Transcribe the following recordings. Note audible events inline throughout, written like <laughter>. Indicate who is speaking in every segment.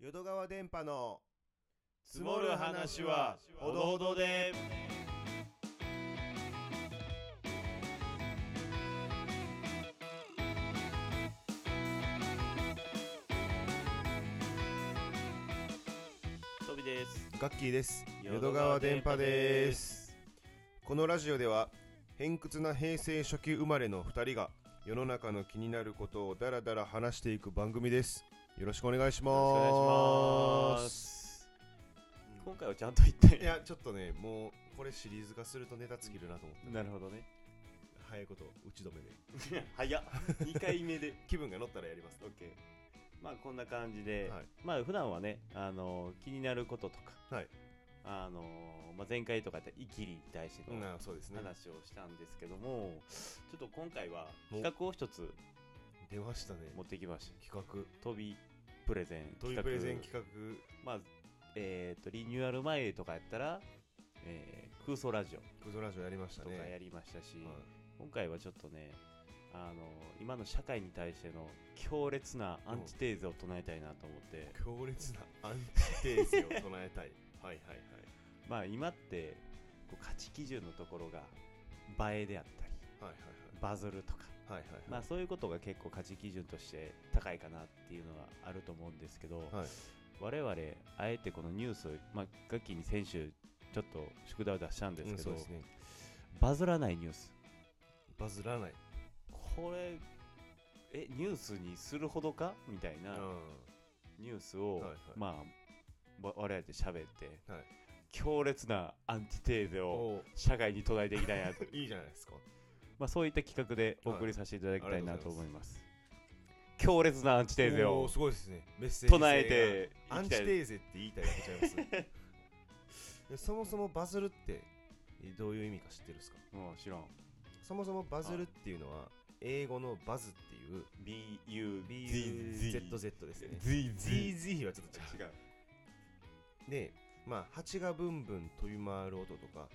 Speaker 1: 淀川電波の
Speaker 2: 積もる話はほどほどでトビです
Speaker 1: ガッキーです淀川電波ですこのラジオでは偏屈な平成初期生まれの2人が世の中の気になることをダラダラ話していく番組ですよろしくお願いし
Speaker 2: よろしくお願
Speaker 1: ま
Speaker 2: いしますす今回はちゃんと言って
Speaker 1: いやちょっとねもうこれシリーズ化するとネタ尽きるなと思って
Speaker 2: なるほどね
Speaker 1: 早いこと打ち止めで <laughs>
Speaker 2: 早っ2回目で
Speaker 1: 気分が乗ったらやります
Speaker 2: OK まあこんな感じで、
Speaker 1: はい
Speaker 2: まあ普段はね、あの気になることとか、
Speaker 1: はい
Speaker 2: あのまあ、前回とかやったらイキリに対しての
Speaker 1: なそうですね
Speaker 2: 話をしたんですけども、ちょっと今回は
Speaker 1: お
Speaker 2: 企画を一つ
Speaker 1: 出ましたね
Speaker 2: 持ってきました
Speaker 1: 企画
Speaker 2: 飛びプレゼン
Speaker 1: トイプレゼン企
Speaker 2: 画まあえっ、とリニューアル前とかやったら、えー空想ラジオ
Speaker 1: 画クズラジオやりました
Speaker 2: とか
Speaker 1: ね
Speaker 2: やりましたし、
Speaker 1: はい
Speaker 2: 今回はちょっとねあの今の社会に対しての強烈なアンチテーゼを唱えたいなと思って、
Speaker 1: 強烈なアンチテーゼを唱えたいはいはいはい
Speaker 2: まあ今ってこう価値基準のところが映えであったり
Speaker 1: はい
Speaker 2: バズるとか、
Speaker 1: はいはいはいはいはい
Speaker 2: まあ、そういうことが結構価値基準として高いかなっていうのはあると思うんですけど、
Speaker 1: はい
Speaker 2: 我々あえてこのニュースを、まあ、ガッキーに先週ちょっと宿題を出したんです
Speaker 1: うん
Speaker 2: け
Speaker 1: そ
Speaker 2: ど、
Speaker 1: うですね
Speaker 2: バズらないニュース
Speaker 1: バズらない
Speaker 2: これえニュースにするほどかみたい
Speaker 1: うん
Speaker 2: なニュースを、
Speaker 1: はいはい
Speaker 2: まあわ我々で喋って
Speaker 1: はい
Speaker 2: 強烈なアンチテーゼを
Speaker 1: お
Speaker 2: 社会に唱えていきたいなと
Speaker 1: いいじゃないですか
Speaker 2: まあ、そういった企画でお送りさせていただきたいな
Speaker 1: はい
Speaker 2: と思います。強烈なアンチテーゼ
Speaker 1: お
Speaker 2: を
Speaker 1: ーすごいですねメッセージ性が
Speaker 2: 唱えていき
Speaker 1: アンチ
Speaker 2: た
Speaker 1: テ
Speaker 2: い。
Speaker 1: ーゼって言いたいわけちゃいますでそもそもバズるってえどういう意味か知ってるんですか
Speaker 2: もちろん。
Speaker 1: そもそもバズるっていうのは英語のバズっていう
Speaker 2: BUZZ。
Speaker 1: BUZZ ですね
Speaker 2: ZZ。
Speaker 1: ZZ はちょっと違う
Speaker 2: 違う。
Speaker 1: で、まあ、蜂がブンブン飛び回る音とか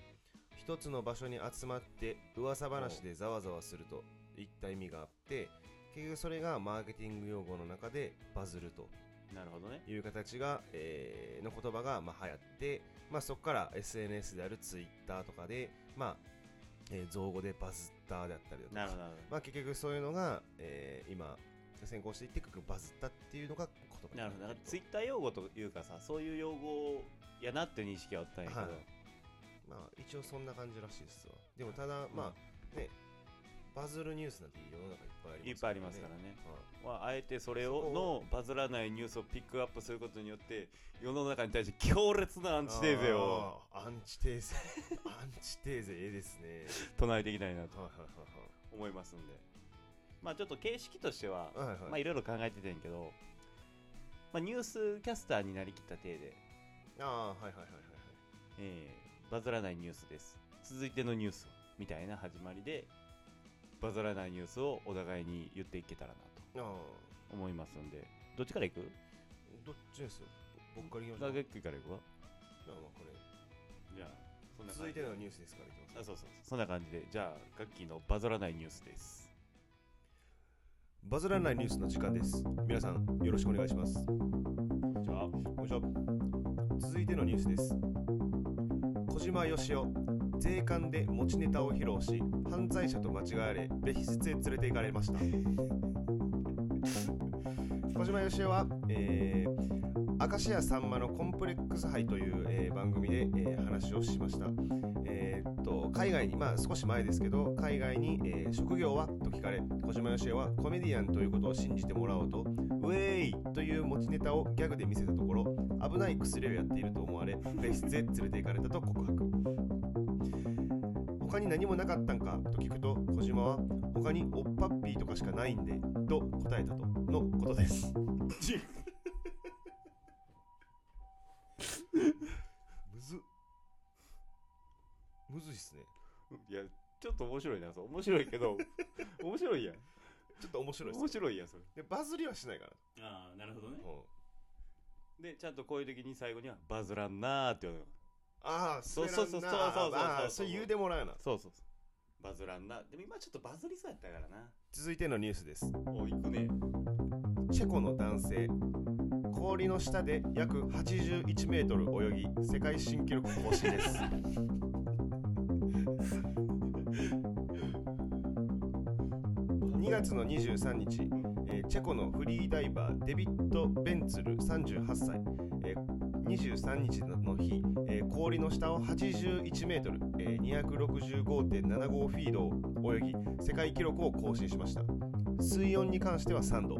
Speaker 1: 一つの場所に集まって噂話でざわざわするといった意味があって結局それがマーケティング用語の中でバズると
Speaker 2: なるほどね。
Speaker 1: いう形が、えーの言葉がまあ流行って、まあ、そこから SNS である Twitter とかで、まあえー造語でバズったであったりだと
Speaker 2: なるほ
Speaker 1: か、
Speaker 2: ど。なる
Speaker 1: まあ、結局そういうのが、えー今先行していって結局バズったっていうのが言葉
Speaker 2: ほ
Speaker 1: に
Speaker 2: どなるほど。
Speaker 1: って
Speaker 2: なん
Speaker 1: る
Speaker 2: か
Speaker 1: と
Speaker 2: ツイッター用語というかさ、そういう用語やなっていう認識はあったんやけど
Speaker 1: はい。まあ一応そんな感じらしいですわでもただ、
Speaker 2: ん
Speaker 1: まあねバズるニュースなんて世の中いっぱいあります
Speaker 2: いっぱいありますから
Speaker 1: ね、
Speaker 2: ね。
Speaker 1: はい
Speaker 2: まあ、あえてそれ
Speaker 1: そ
Speaker 2: を
Speaker 1: こ
Speaker 2: のバズらないニュースをピックアップすることによって世の中に対して強烈なアンチテーゼを
Speaker 1: あーアンチテーゼ <laughs> アンチテーゼええですね
Speaker 2: 唱えていきたいなと
Speaker 1: はい
Speaker 2: 思いますんでまあちょっと形式としては
Speaker 1: はいはいはいはい
Speaker 2: まあいろいろ考えててんけど、まあ、ニュースキャスターになりきった体で、
Speaker 1: あーはいはいはいはい
Speaker 2: えーバズらないニュースです続いてのニュースみたいな始まりでバズらないニュースをお互いに言っていけたらな
Speaker 1: ああ
Speaker 2: と思いますんでどっちからいく
Speaker 1: どっちですよ僕からいきましょ
Speaker 2: ガ
Speaker 1: う
Speaker 2: ガッキーからいくわ
Speaker 1: まあまあこれ
Speaker 2: じゃあそんな
Speaker 1: 続
Speaker 2: 感
Speaker 1: い
Speaker 2: じ
Speaker 1: てのニュースですからいきます
Speaker 2: あそうそうそうそんな感じでじゃあガッキーのバズらないニュースです
Speaker 1: バズらないニュースの時間です皆さんよろしくお願いします
Speaker 2: じゃあ
Speaker 1: こんにちは続いてのニュースです小島よしお税関で持ちネタを披露し犯罪者と間違われ別室へ連れて行かれました <laughs> 小島よしおは、えー、明石家さんまのコンプレックス杯という、えー番組で、えー話をしましたえーっと海外にまあ少し前ですけど海外に、えー職業はと聞かれ小島よしおはコメディアンということを信じてもらおうとウェーイという持ちネタをギャグで見せたところ危ない薬をやっていると思われ別室へ連れて行かれたと告白他に何もなかったんかと聞くと小島は他におっぱっぴーとかしかないんでと答えたとのことですむずむずいっすね
Speaker 2: いやちょっと面白いなそう面白いけ <laughs> ど面白いやん
Speaker 1: ちょっと面白いっす
Speaker 2: 面白いやんそれ
Speaker 1: でバズりはしないから、
Speaker 2: ああなるほどね
Speaker 1: うん
Speaker 2: でちゃんとこういう時に最後には「バズらんな」って言うのよ
Speaker 1: ああ
Speaker 2: そうそうそう
Speaker 1: 滑
Speaker 2: そ
Speaker 1: らんな
Speaker 2: うそうそうそう
Speaker 1: あーそれ言うてもらうな
Speaker 2: そうそうそうバズらんなでも今ちょっとバズりそうやったからな
Speaker 1: 続いてのニュースです
Speaker 2: おいくね
Speaker 1: チェコの男性高氷の下で約81メートル泳ぎ世界新記録更新です2月の23日、えーチェコのフリーダイバーデビッド・ベンツル38歳、えー23日の日、えー氷の下を81メートル、えー265.75フィードを泳ぎ世界記録を更新しました水温に関しては3度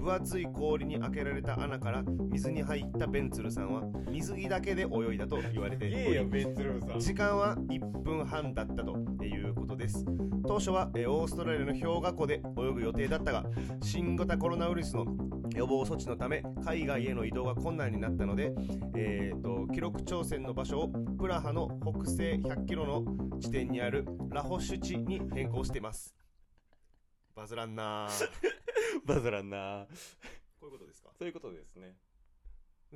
Speaker 1: 分厚い氷に開けられた穴から水に入ったベンツルさんは水着だけで泳いだと言われており
Speaker 2: えよベンツルーさ
Speaker 1: 時間は1分半だったということです当初はえーオーストラリアの氷河湖で泳ぐ予定だったが新型コロナウイルスの予防措置のため海外への移動が困難になったので、えーと記録挑戦の場所をプラハの北西100キロの地点にあるラホシュ地に変更していますバズらんなー
Speaker 2: んバズらんな
Speaker 1: こういうことですか
Speaker 2: そういうことですね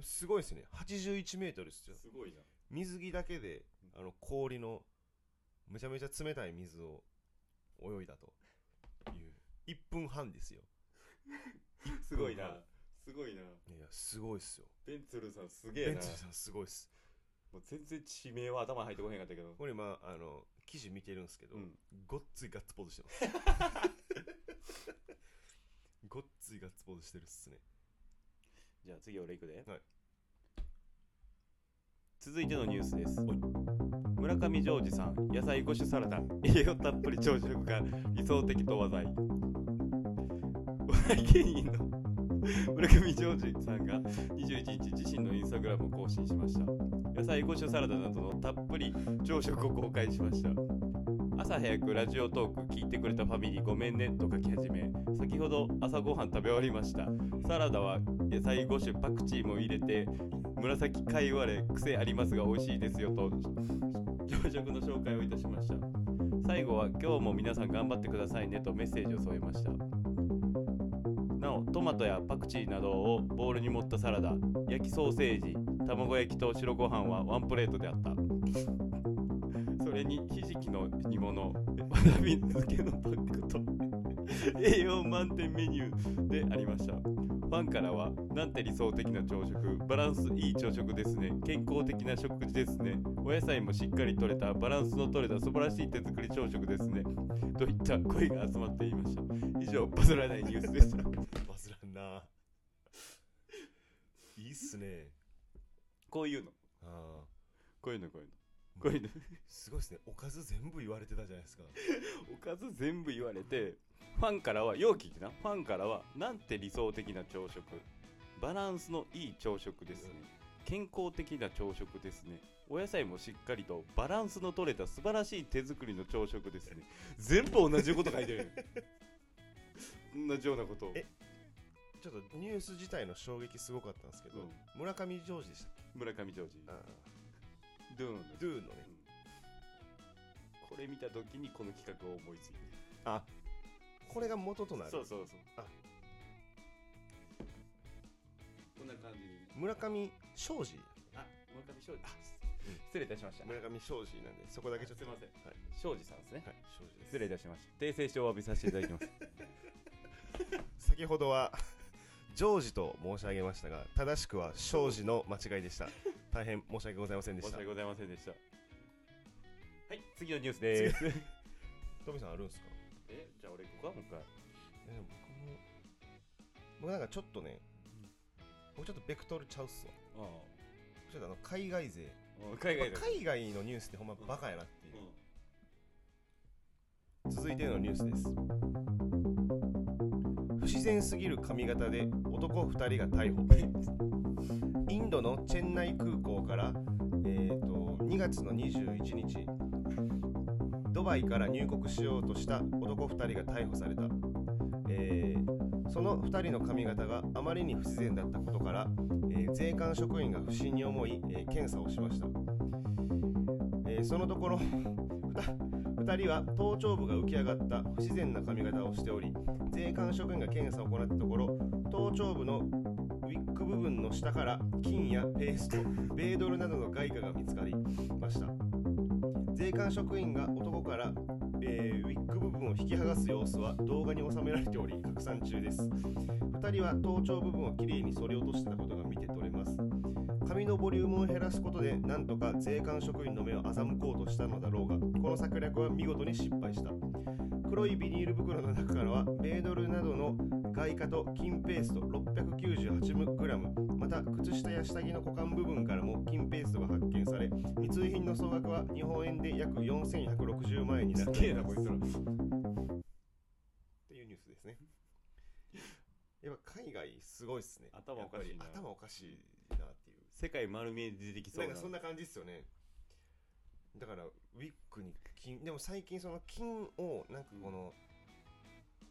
Speaker 1: すごいですね81メートルですよ
Speaker 2: すごいな
Speaker 1: 水着だけであの氷のめちゃめちゃ冷たい水を泳いだという1分半ですよ
Speaker 2: すごいなすごいない
Speaker 1: やいやすごいっすよ
Speaker 2: ベンツルーさんすげえ
Speaker 1: ベ
Speaker 2: な
Speaker 1: ンツさんすごいっす
Speaker 2: もう全然地名は頭に入ってこへんかったけど
Speaker 1: これ今あの記事見てるんですけど、
Speaker 2: うん
Speaker 1: ごっついガッツポーズしてます <laughs> ごっついガッツポーズしてるっすね
Speaker 2: じゃあ次俺行くで、
Speaker 1: はい
Speaker 2: 続いてのニュースです村上ジョージさん野菜5種サラダ栄養たっぷり朝食が理想的と話題お笑い芸人の村上ジョージさんが21日自身のインスタグラムを更新しました野菜5種サラダなどのたっぷり朝食を公開しました朝早くラジオトーク聞いてくれたファミリーごめんねと書き始め先ほど朝ごはん食べ終わりましたサラダは野菜5種パクチーも入れて紫貝割れ癖ありますが美味しいですよと朝食の紹介をいたしました最後は今日も皆さん頑張ってくださいねとメッセージを添えましたなおトマトやパクチーなどをボウルに盛ったサラダ焼きソーセージ卵焼きと白ご飯はワンプレートであったそれにひじきの煮物わらび漬けのパックと栄養満点メニューでありましたファンからは、なんて理想的な朝食、バランスいい朝食ですね、健康的な食事ですね、お野菜もしっかりとれた、バランスのとれた素晴らしい手作り朝食ですね、といった声が集まっていました。以上、バズらないニュースでした。
Speaker 1: バズらんないいっすね
Speaker 2: こういうの、
Speaker 1: あ
Speaker 2: こういうの、こういうの。
Speaker 1: ー
Speaker 2: こういうの、
Speaker 1: すごいっすねおかず全部言われてたじゃないですか
Speaker 2: おかず全部言われて、ファンからは、よう聞いてな、ファンからは、なんて理想的な朝食、バランスのいい朝食ですね。健康的な朝食ですねお野菜もしっかりとバランスの取れた素晴らしい手作りの朝食ですね全部同じこと書いてる同じようなことを
Speaker 1: えちょっとニュース自体の衝撃すごかったんですけど、
Speaker 2: うん
Speaker 1: 村上ジョージでしたっけ
Speaker 2: 村上ジョージドゥーンの
Speaker 1: ドゥのね
Speaker 2: これ見た時にこの企画を思いつい
Speaker 1: あこれが元とな
Speaker 2: た
Speaker 1: る
Speaker 2: そうそうそう
Speaker 1: あ
Speaker 2: こんな感じでね
Speaker 1: 村上庄司
Speaker 2: あ村上庄司あ失礼いたしました
Speaker 1: 村上庄司なんでそこだけちょっと
Speaker 2: すいません
Speaker 1: はい、
Speaker 2: 庄司さんですね
Speaker 1: はい、庄司です
Speaker 2: 失礼いたしました訂正してお詫びさせていただきます
Speaker 1: 先ほどは <laughs> ジョージと申し上げましたが正しくは庄司の間違いで <laughs> した大変申し訳ございませんで
Speaker 2: <laughs> 申
Speaker 1: し
Speaker 2: した訳ございませんでしたはい次のニュースでーす <laughs>
Speaker 1: トミさんあるんですか
Speaker 2: えじゃあ俺行こうかもう一回
Speaker 1: えでも僕も僕なんかちょっとね僕ちょっとベクトルちゃうっすわ
Speaker 2: あ
Speaker 1: ちょっとあの海外勢
Speaker 2: あ海外
Speaker 1: や
Speaker 2: だ
Speaker 1: っぱ海外のニュースってほんまバカやなっていう
Speaker 2: う、ん
Speaker 1: 続いてのニュースです不自然すぎる髪型で男2人が逮捕 <laughs> インドのチェンナイ空港から、えー、と2月の21日ドバイから入国しようとした男2人が逮捕された、えーその2人の髪型があまりに不自然だったことから、えー税関職員が不審に思い、えー検査をしました、えーそのところ2人は頭頂部が浮き上がった不自然な髪型をしており税関職員が検査を行ったところ頭頂部のウィッグ部分の下から金やペーストベードルなどの外貨が見つかりました税関職員が男から、えーウィッグ部分を引き剥がす様子は動画に収められており拡散中です2人は頭頂部分をきれいに剃り落としてたことが見てのボリュームを減らすことでなんとか税関職員の目を欺こうとしたのだろうがこの策略は見事に失敗した黒いビニール袋の中からは米ドルなどの外貨と金ペースト 698g また靴下や下着の股間部分からも金ペーストが発見され密輸品の総額は日本円で約4160万円になっ
Speaker 2: す
Speaker 1: た
Speaker 2: げえなこいつら
Speaker 1: っていうニュースですね。やっぱ海外すごいっすね。
Speaker 2: 頭おか
Speaker 1: やっ
Speaker 2: しいな
Speaker 1: ぱり頭おかしいなっていう。
Speaker 2: 世界丸見えで出てきそ
Speaker 1: な
Speaker 2: う
Speaker 1: ん
Speaker 2: な
Speaker 1: かそんな感じっすよね。だからウィッグに金、でも最近その金をなんかこの、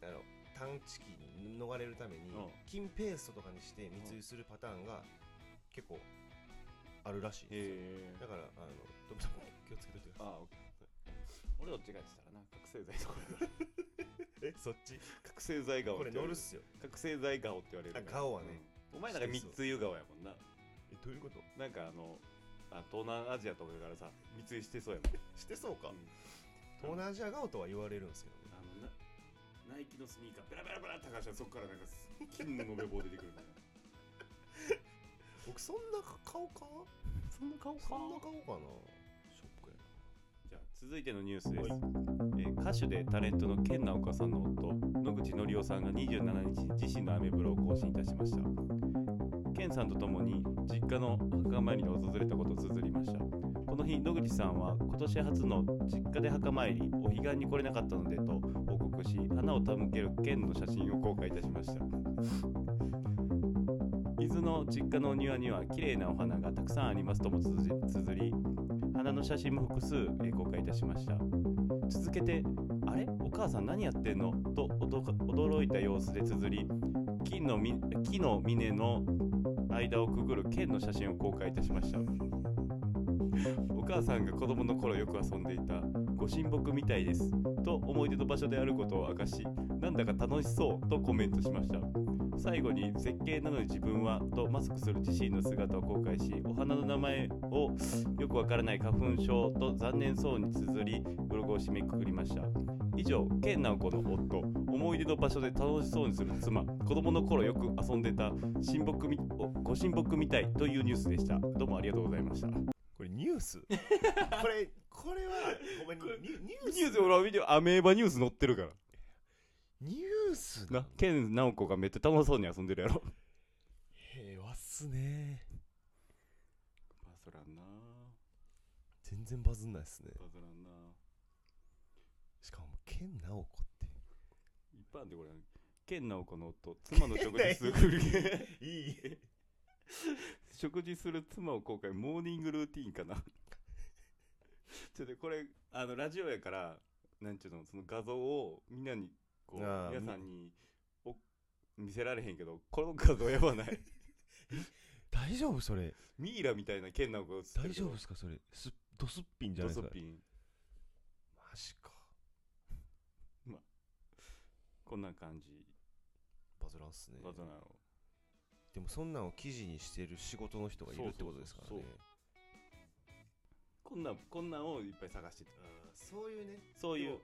Speaker 1: あの探知機に逃れるために
Speaker 2: うん
Speaker 1: 金ペーストとかにして密輸するパターンが結構あるらしいんですよ。
Speaker 2: へえ
Speaker 1: だからあのドブさん気をつけておいてください。
Speaker 2: ああ俺どっちがってたらな覚醒剤とか
Speaker 1: えそっち？
Speaker 2: <laughs> 覚醒剤顔
Speaker 1: こ
Speaker 2: っ
Speaker 1: れ
Speaker 2: て言わ
Speaker 1: 乗
Speaker 2: れ
Speaker 1: るっ
Speaker 2: る
Speaker 1: すよ。
Speaker 2: 覚醒剤顔って言われるから
Speaker 1: あ顔はね
Speaker 2: うんお前なんか三つ湯顔やもんな
Speaker 1: えどういうこと？
Speaker 2: なんかあのあ東南アジアとかからさ密輸してそうや
Speaker 1: してそうか
Speaker 2: もん、。うん
Speaker 1: 東南アジア顔とは言われるんですけどね。
Speaker 2: あのなナイキのスニーカーベラベラベラって剥がしたらそこからなんかす金の延べ棒出てくるんだよ
Speaker 1: 僕そんな顔か
Speaker 2: そんな顔
Speaker 1: そんな顔かなショックや
Speaker 2: じゃあ続いてのニュースです、
Speaker 1: はい
Speaker 2: えー歌手でタレントの健直子さんの夫野口紀夫さんが27日に自身のアメブロを更新いたしました健さんと共に実家の墓参りに訪れたことを綴りましたこの日野口さんは今年初の実家で墓参りお彼岸に来れなかったのでと報告し花を手向ける健の写真を公開いたしました伊豆の実家のお庭には綺麗なお花がたくさんありますともつづ綴り花の写真も複数えー公開いたしました続けて「あれお母さん何やってんの?」と驚か驚いた様子で綴り木のみ木の峰の間をくぐる剣の写真を公開いたしましたお母さんが子供の頃よく遊んでいたご神木みたいですと思い出の場所であることを明かしなんだか楽しそうとコメントしました最後に絶景なのに自分はとマスクする自身の姿を公開しお花の名前をよくわからない花粉症と残念そうに綴りブログを締めくくりました以上健直子の夫思い出の場所で楽しそうにする妻子供の頃よく遊んでた親睦みおご親睦みたいというニュースでしたどうもありがとうございましたニ
Speaker 1: これニュー
Speaker 2: <laughs>
Speaker 1: スこれこれはごめん
Speaker 2: これ
Speaker 1: ニュニュース
Speaker 2: ュース俺は見てアメーバニュース載ってるから
Speaker 1: ニュース
Speaker 2: な健直子がめっちゃ楽しそうに遊んでるやろ
Speaker 1: 平和っすね
Speaker 2: バズらんな
Speaker 1: 全然バズんないっすね
Speaker 2: バズらんな
Speaker 1: しかも剣直子っ
Speaker 2: 一般でこれ健直子の夫妻の食事する <laughs>
Speaker 1: ていい
Speaker 2: 食事する妻を公開モーニングルーティンかなちょっとこれあのラジオやからなんちゅうのその画像をみんなにこう
Speaker 1: ああ
Speaker 2: 皆さんにお見せられへんけどこの画像やばない
Speaker 1: 大丈夫それ
Speaker 2: ミイラみたいな剣な子が映ってる
Speaker 1: 大
Speaker 2: け
Speaker 1: 丈
Speaker 2: ど
Speaker 1: 夫ですかそれすドスッピンじゃ
Speaker 2: ド
Speaker 1: ないで
Speaker 2: ス
Speaker 1: すか
Speaker 2: ピン
Speaker 1: マジか
Speaker 2: こんな感じ
Speaker 1: バズらんっすね
Speaker 2: バズなの
Speaker 1: でもそんなんを記事にしてる仕事の人がいるってことですから
Speaker 2: そう
Speaker 1: ね
Speaker 2: そうこんなんこんなんをいっぱい探してた
Speaker 1: そういうね
Speaker 2: そういう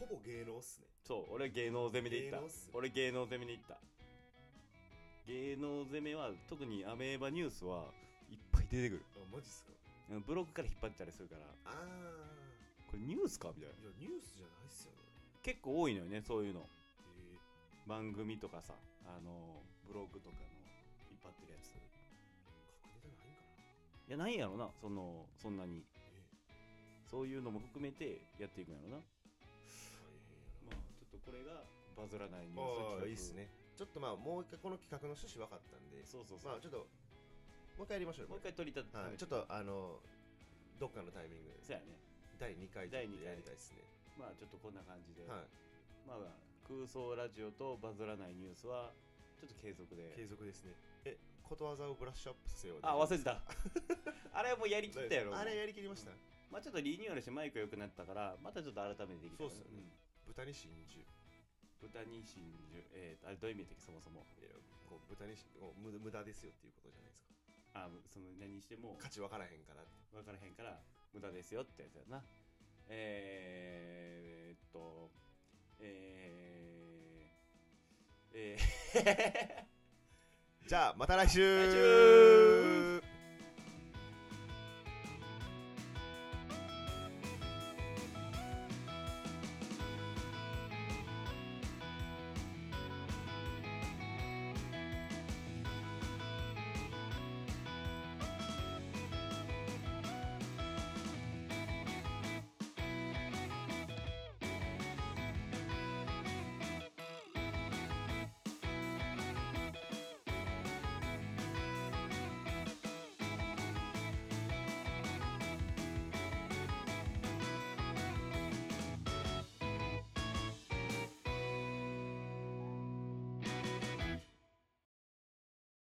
Speaker 1: ほぼ芸能っすね
Speaker 2: そう俺芸能攻めでいった
Speaker 1: 芸能っすね
Speaker 2: 俺芸能攻めでいった芸能攻めは特にアメーバニュースはいっぱい出てくる
Speaker 1: あマジっすか
Speaker 2: うんブログから引っ張ったりするから
Speaker 1: あ
Speaker 2: これニュースかみたいな
Speaker 1: あいやニュースじゃないっすよね
Speaker 2: 結構多いのよねそういうの
Speaker 1: え
Speaker 2: 番組とかさあのブログとかの引っ張ってるやつ
Speaker 1: ー、隠れてないんかない
Speaker 2: やないやろなそのそんなに
Speaker 1: え
Speaker 2: そういうのも含めてやっていくんや
Speaker 1: ー、
Speaker 2: ろな
Speaker 1: 大変や
Speaker 2: まあちょっとこれがバズらないニュ
Speaker 1: なああ
Speaker 2: ース企画
Speaker 1: いいっすねちょっとまあもう一回この企画の趣旨分かったんで
Speaker 2: そうそうそ
Speaker 1: まあ
Speaker 2: う、
Speaker 1: ちょっともう一回やりましょうよ
Speaker 2: もう一回取り立て、
Speaker 1: はい、ちょっとあのどっかのタイミングで
Speaker 2: そうやね
Speaker 1: 第2回ちょっ
Speaker 2: 第
Speaker 1: と
Speaker 2: 二
Speaker 1: や
Speaker 2: 回
Speaker 1: りたいですね
Speaker 2: まあちょっとこんな感じで、
Speaker 1: はい
Speaker 2: まあ空想ラジオとバズらないニュースはちょっと継続で
Speaker 1: 継続ですねえことわざをブラッシュアップさせよう
Speaker 2: あ忘れてた <laughs> あれはもうやりきったやろ
Speaker 1: あれやりきりました
Speaker 2: まあちょっとリニューアルしてマイクが良くなったから、またちょっと改めてできたら
Speaker 1: そうっすよね豚に真珠
Speaker 2: うん豚に真珠、えー、あれどういう意味だっけ、そもそも。
Speaker 1: いやこう豚にしこう無無駄ですよっていうことじゃないですか
Speaker 2: あその何しても
Speaker 1: 価値分からへんから
Speaker 2: 分からへんから、無駄ですよってやつやな。えー、えーっと、えー、えー、
Speaker 1: じゃあまた来週
Speaker 2: 来週